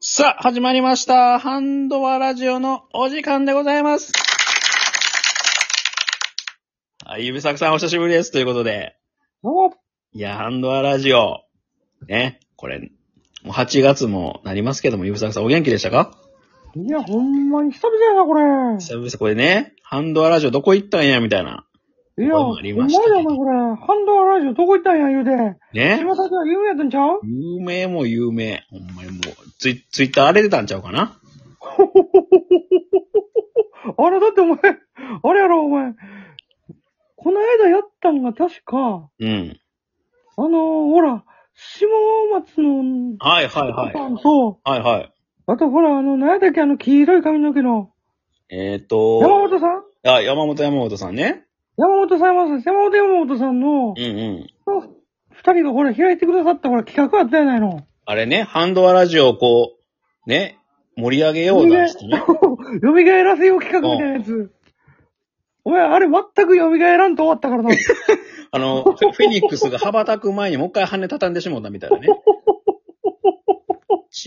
さあ、始まりました。ハンドワラジオのお時間でございます。はい、指作さんお久しぶりです。ということで。おいや、ハンドワラジオ。ね、これ、もう8月もなりますけども、指作さんお元気でしたかいや、ほんまに久々やな、これ。久々これね、ハンドワラジオどこ行ったんや、みたいな。いや、こういうほのありんまましたねやな、これ。ハンドラジオどこ行ったんや、言うて。ね。今さっきは言うんやったんちゃう有名も有名。ほんまにもう、ツイツイッター荒れてたんちゃうかなあれ、だってお前、 あれやろ、お前。この間やったんが確か、うん。あのー、ほら、下松の、はいはいはい。い。そはいはい。う。あとほら、あの、何やったっけ、あの、黄色い髪の毛の、えっ、ー、と、山本さんあ、山本山本さんね。山本さん、山本さん、山本山本さんのう、んうん。二人がほら、開いてくださった、ほら、企画あったやないの。あれね、ハンドアラジオをこう、ね、盛り上げようなんてね。 蘇らせよう企画みたいなやつ。お前、あれ全く蘇らんと終わったからな。あの、フェフェニックスが羽ばたく前にもう一回羽畳んでしもうたみたいなね。違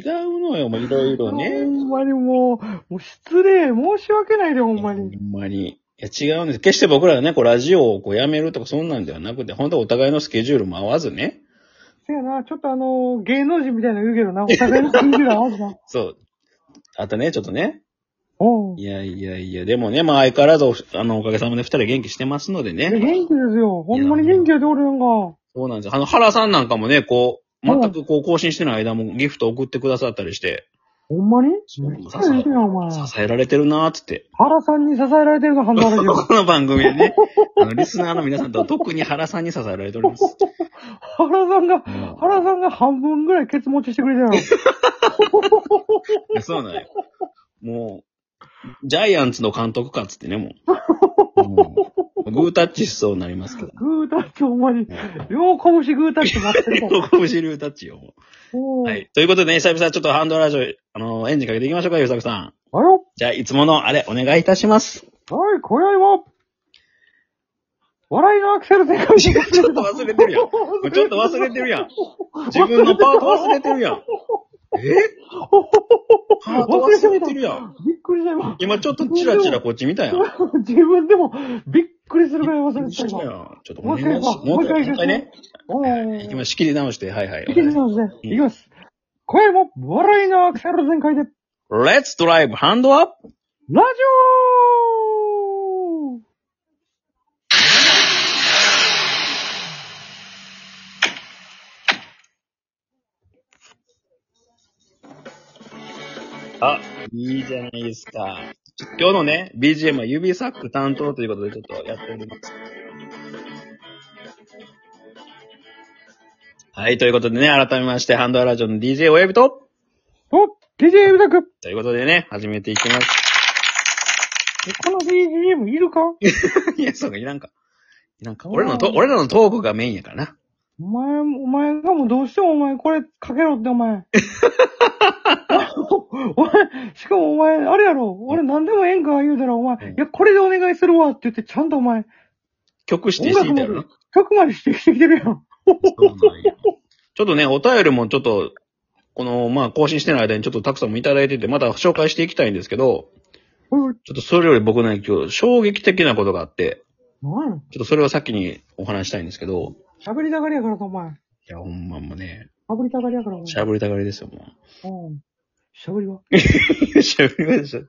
うのよ、もういろいろほね。んまにもう、もう失礼、申し訳ないで、ほんまに。ほんまに。いや、違うんです。決して僕らがね、こう、ラジオをこう、やめるとか、そんなんではなくて、本当お互いのスケジュールも合わずね。せやな、ちょっとあの、芸能人みたいなの言うけどな、お互いの感じが合わず な。そう。あとね、ちょっとね。うん。いいやいやいや、でもね、まあ相変わらずお、あの、おかげさまで二人元気してますのでやね。元気ですよ。ほんまに元気やで、俺なんか。そうなんですよ。あの、原さんなんかもね、こう、全くこう更新してない間もギフト送ってくださったりして、ほんまにそうめっちゃ元気やん、お前。支えられてるなーっつって。原さんに支えられてるの、ハンドラジオ。この番組でね、あの、リスナーの皆さんとは特に原さんに支えられております。原さんが、原さんが半分ぐらいケツ持ちしてくれたよ。いやそうなんよ。もう、ジャイアンツの監督かっつってね、もう。 もうグータッチしそうになりますけど。グータッチ、ほんまに。両拳グータッチ待ってる から。喜しルータッチよ。もおうーは。い。ということでね、久々ちょっとハンドラジオ、あの、エンジンかけていきましょうか、ゆうさくさん。あよじゃあ、いつものあれ、お願いいたします。はい、今宵は、笑いのアクセル全 開違うちょっと忘れてるやん。ちょっと忘れてるやん。自分のパート忘れてるやん。えパート忘れてるやん。びっくりした今。今ちょっとチラチラこっち見たやん。自分でもびっくりするぐらい忘れてちたょっとも今。う一回、もう一回、もう一回ね。おはいー。今仕切り直して、はいはい。いきますね。うんいきます。今宵も、笑いのアクセル全開で、ラジ Let's drive hand up! オあ、いいじゃないですか。ちょ今日のね、BGM は指サック担当ということでちょっとやっております。はい、ということでね、改めまして、ハンドアラジオの DJ 親人と、DJ ウザク。ということでね、始めていきます。えこの BGM いるかいや、そうか、いらんか。いらんか。俺らのと、俺らのトークがメインやからな。お前、お前がもうどうしてもお前これかけろってお前。 お前、しかもお前、あれやろ、俺何でもええんか言うたらお前、うんいや、これでお願いするわって言って、ちゃんとお前、曲指定していたやろな。 100までしてきてきてるやん。そうなんやちょっとね、お便りもちょっと、この、まあ、更新してない間にちょっとたくさんもいただいてて、また紹介していきたいんですけど、うんちょっとそれより僕ね、今日衝撃的なことがあって、何ちょっとそれを先にお話したいんですけど、喋りたがりやからさ、お前。いや、ほんまもうね、喋りたがりやから、おしゃぶりたがりですよ、も前。うん。喋りは。う。しゃぶりたがりでしょ。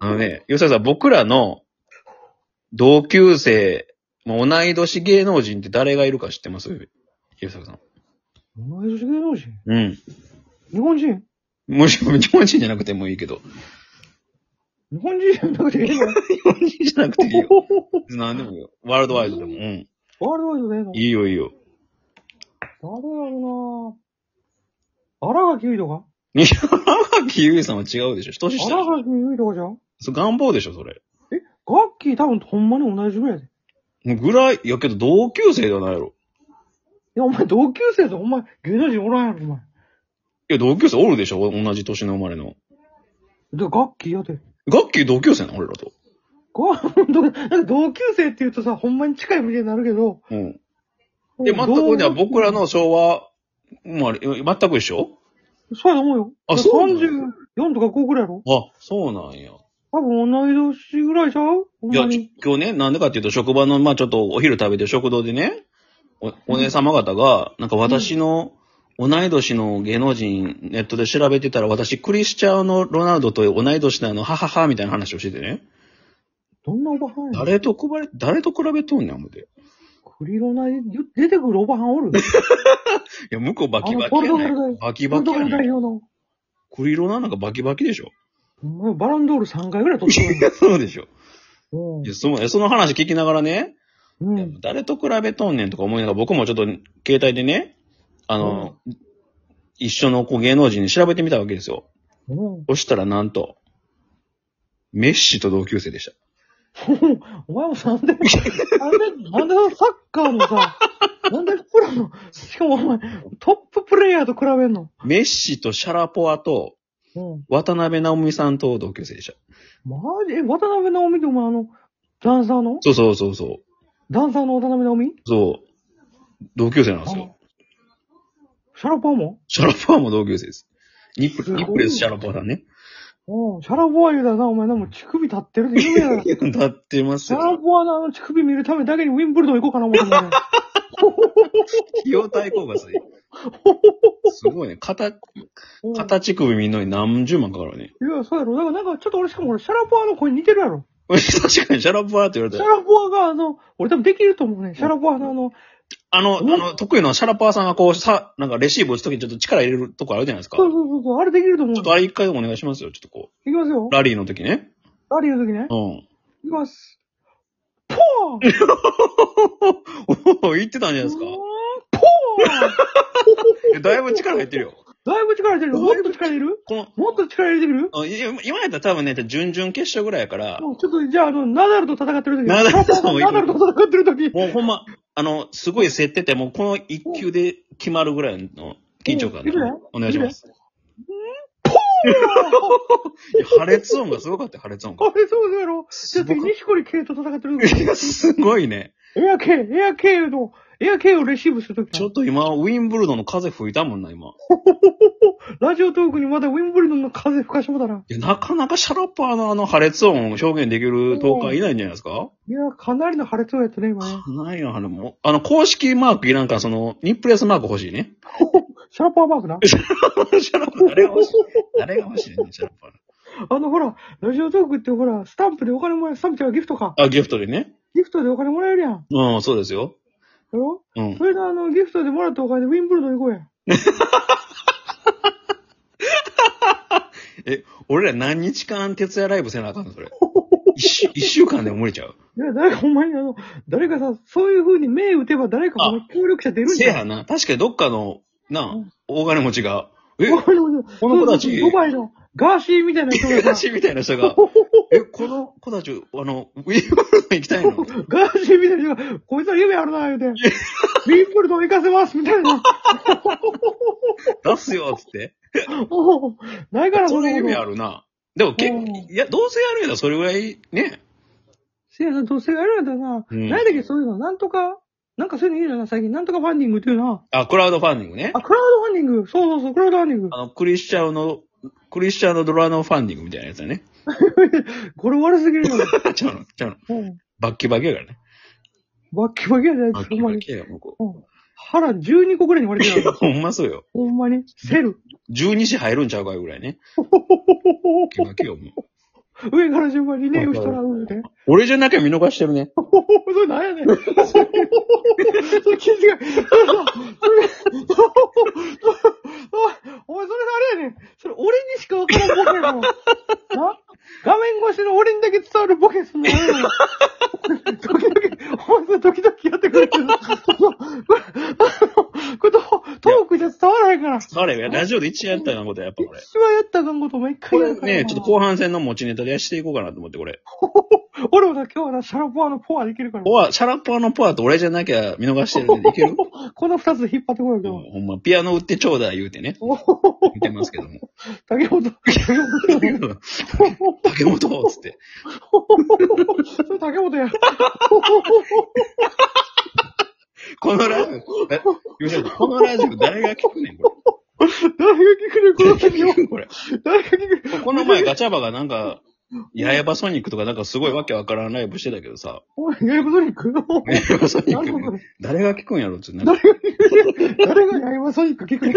あのね、吉田さん、僕らの同級生、まあ、同い年芸能人って誰がいるか知ってます吉田さん。同い年芸能人うん。日本人もし、日本人じゃなくてもいいけど。日本人じゃなくてええ の日本人じゃなくていいよ。なんでもいいよ。ワールドワイドでも。うん。ワールドワイドでええのいいよ、いいよ。誰やろなぁ。荒垣結衣とかいや、荒木優衣さんは違うでしょ。年下でし荒ょ。垣結衣とかじゃんそう願望でしょ、それ。ガッキー多分ほんまに同じぐらいやで。いぐらい、いやけど同級生ではないやろ。や、お前同級生とお前芸能人おらんやろ、お前。いや、同級生おるでしょ同じ年の生まれの。で、ガッキーやで。ガッキー同級生なの俺らと。ガッ、なんか同級生って言うとさ、ほんまに近いみたいになるけど。うん。で、全くね、僕らの昭和、まあ、全く一緒そうやと思うよ。あそうな ?34 とか5ぐらいやろあ、そうなんや。多分同い年ぐらいちゃうほんいやま、に。今日ね、なんでかっていうと、職場の、まあちょっとお昼食べてる食堂でね、お、お姉様方が、なんか私の、同い年の芸能人、ネットで調べてたら、私、クリスチャーノ・ロナウドと同い年なの、ははは、みたいな話をしててね。どんなおばはんや誰と比べ、誰と比べとんねん、思って。いクリロナで出てくるおばはんおるや、向こうバキバあキやのポルトガねルん。バキバポルキトやガルねん。代表の。クリロナなんかバキバキでしょ。ほんまやバランドール3回ぐらい取っていや、 そうでしょ。る。うんいや、その、その話聞きながらね、うん。誰と比べとんねんとか思いながら、僕もちょっと携帯でね、あの、一緒のこう芸能人に調べてみたわけですよ。うん。そしたらなんと、メッシと同級生でした。お前もなんで、なんで、なんでサッカーのさ、なんでプロの、しかもお前、トッププレイヤーと比べんの。メッシとシャラポワとうん。渡辺直美さんと同級生でした。マジえ、渡辺直美ってお前あの、ダンサーのそうそうそうそう。ダンサーの渡辺直美そう。同級生なんですよ。シャラポワもシャラポワも同級生です。ニップすごいニップレスシャラポワだね。うん。シャラポワ言うたらな、お前な、もう乳首立ってるで有名 やな。歌ってますシャラよ。ポワのあの乳首見るためだけにウィンブルドン行こうかな、思ってんだよね費用対抗がすすごいね。片、うん片乳首みんなに何十万かかるわね。いや、そうやろ。だからなんか、ちょっと俺しかも俺、シャラポワの声に似てるやろ。確かにシャラポワって言われシたャらラポワがあの、俺多分できると思うね。シャラポワのあの、あの、あうんの、得意のシャラパーさんがこう、さ、なんかレシーブ打つときにちょっと力入れるとこあるじゃないですか。ちそょうそうそうそう、あれできると思う。っとあれ一回お願いしますよ、ちょっとこいきますよう。。ラリーの時ね。ラリーの時ね。うん。 いきます。ポーンおお、言ってたんじゃないですかうーん。ポーンえだいぶ力入ってるよ。だいぶ力入れてる。もっと力入れるこもっと力入れてるの、あい今やったら多分ね、準々決勝ぐらいやから、もうちょっと、じゃあ、あの、ナダルと戦ってる時。ナダルともいいナダルと戦ってる時。もうほんま、あの、すごい競ってて、もうこの一球で決まるぐらいの緊張感でいくねお願いします。 いや破裂音がすごかったよ、破裂音が。あれ、そうそうやろ。ちすょっと、ごかっ西堀圭と戦ってるた時。いや、すごいね。エア圭、エア圭の、エア圭をレシーブする時。 ちょっと今、ウィンブルドンの風吹いたもんな、今。ラジオトークにまだウィンブルドンの風吹かしてもだな。いや、なかなかシャラッパーのあの破裂音を表現できる投稿いないんじゃないですかいや、かなりの破裂をやったね、今ね。ないよ、あれも。あの、公式マークいらんから、その、ニップレスマーク欲しいね。シャラパーマークな。シャラッパー、誰が欲しい誰が欲しいね、シャラッパーあの、ほら、ラジオトークってほら、スタンプでお金もらえる、スタンプじゃないギフトか。の。あ、ギフトでね。ギフトでお金もらえるやん。うん、そうですよ。やろうん。それであの、ギフトでもらったお金でウィンブルドン行こうや。俺ら何日間徹夜ライブせなあかんの、それ。一週一週間でも無理ちゃう。いや、誰かほんまにあの、誰かさ、そういう風に目打てば誰かあこの協力者出るんせじゃやん。な。確かにどっかの、なうん、大金持ちが、え、わかるわかるこの子たちそうそうそうドバイのガーシーみたいな人がさ、私みたいな人が、え、この子たち、あの、ウィンブルドン行きたい のガーシーみたいな人が、こいつは夢あるな、言うて。ウィンブルドン行かせます、みたいな。出すよ、つって。おうないから、そんなれこと意味あるな。でも結う構、んいや、どうせやるやろ、それぐらい、ね。せやな、どうせやるやったらな。うん何だっけ、そういうの、なんとか、なんかそういうのいいのよな、最近。なんとかファンディングっていうな。あ、クラウドファンディングねあ、。クラウドファンディング。そうそうそう、クラウドファンディング。あの、クリスチャーの、クリスチャーのドラのファンディングみたいなやつだね。 これ悪すぎるよ。ちゃうの、ちゃうの。うんバッキバキやからね。バッキバキやで、バッほキんまバに。キや、向こうん腹12個ぐらいに割れてう。る。ほんまそうよ。ほんまに。セル。 12時入るんちゃうかいうぐらいね。バッキバキよ、もう。上から順番にね、後ろうて。俺じゃなきゃ見逃してるね。おお、それなんやねん。それ、それ気づかそれさ、それ、お前それあれやねん。それ俺にしかわからんボケやもん。な画面越しの俺にだけ伝わるボケすんのやめろよ。時々、お前それ時々やってくれてる。そうこれ、あのこれトトークじゃ伝わらへんから。あれ、ラジオで一番やったようなことや、やっぱこれ。一番やったらあかんこともう一回こやるれからね、なちょっと後半戦の持ちネタでしていこうかなと思って、これ。俺もな、今日はな、シャラポワのポアできるから。ポア、シャラッパーのポアと俺じゃなきゃ見逃してるんで、いけるこの二つで引っ張ってこいよ、今日は。ほんま、ピアノ売ってちょうだい言うてね。おお見てますけども。 竹本。竹本。竹本つって。それ竹本や。このラジオ、え吉田さんこのラジオ誰が聞くねん、こ誰が聞くねん、この先を。これ。 誰が聞くねんこの前ガチャバがなんか、ヤヤバソニックとかなんかすごいわけわからんライブしてたけどさ、おい、ヤイバソニックヤヤバソニッなんだこクれ、誰が聞くんやろってな。誰がヤイバソニック聞くねん。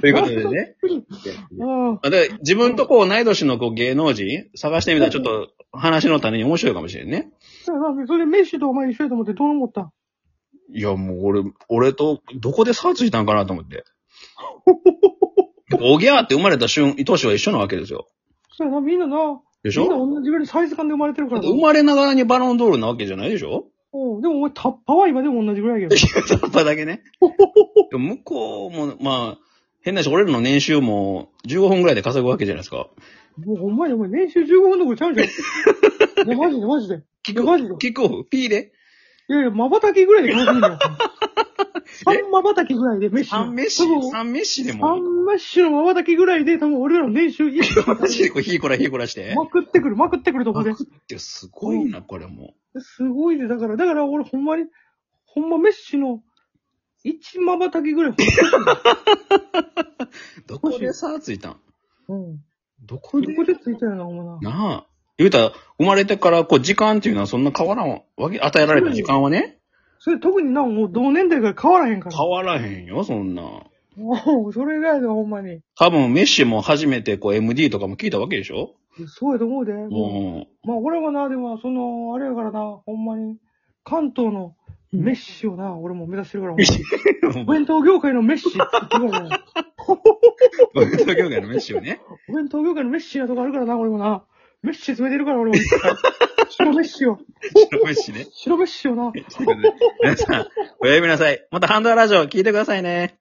ということでね。あまあで自分とこう同い年のこう芸能人探してみたらちょっと話の種に面白いかもしれんね。あ、それメッシとお前一緒やと思ってどう思ったんいや、もう俺、俺と、どこで差ついたんかなと思って。おぎゃーって生まれた瞬、年は一緒なわけですよ。そうやな、みんなな、でしみんなょ同じぐらいサイズ感で生まれてるかだっらてな。生まれながらにバロンドールなわけじゃないでしょおうでもお前タッパは今でも同じぐらいやけど。やっぱだけ ね。でも向こうも、まあ、変なし、俺らの年収も15分ぐらいで稼ぐわけじゃないですか。もうほんまにお前年収15分のとこちゃ うじゃん。いや、マジでマジで。いや、マジで。キックオフ ?P でいやいや、瞬きぐらいで稼い だよ。三瞬きぐらいでメッシ。 ?3 メッシ多分 ?3 メッシでも三。メッシの瞬きぐらいで、多分俺らの年収一 緒マジでこう、ひいこらひいこらして。まくってくる、まくってくるとこであ。食ってすごいな、これも。すごいね。だから、だから俺ほんまに、ほんまメッシの一瞬きぐらい。どこで差ついたんうん。どこでどこでついたよな、ほんまな。なあ。言うたら、生まれてから、こう、時間っていうのはそんな変わらんわけ、与えられた時間はね、それ特にな、もう同年代から変わらへんから。変わらへんよ、そんな。もう、それぐらいだよ、ほんまに。多分、メッシも初めて、こう、MD とかも聞いたわけでしょそうやと思うで。もまあ、俺はな、でも、その、あれやからな、ほんまに、関東のメッシをな、俺も目指してるから、ほうん。んまにお弁当業界のメッシって言うからなバイト業界のメッシをね。お弁当業界のメッシなとこあるからな、俺もな。メッシ詰めてるから、俺も。白メッシを。白メッシね。白メッシをな。ということで皆さん、おやすみなさい。またハンドアラジオ聞いてくださいね。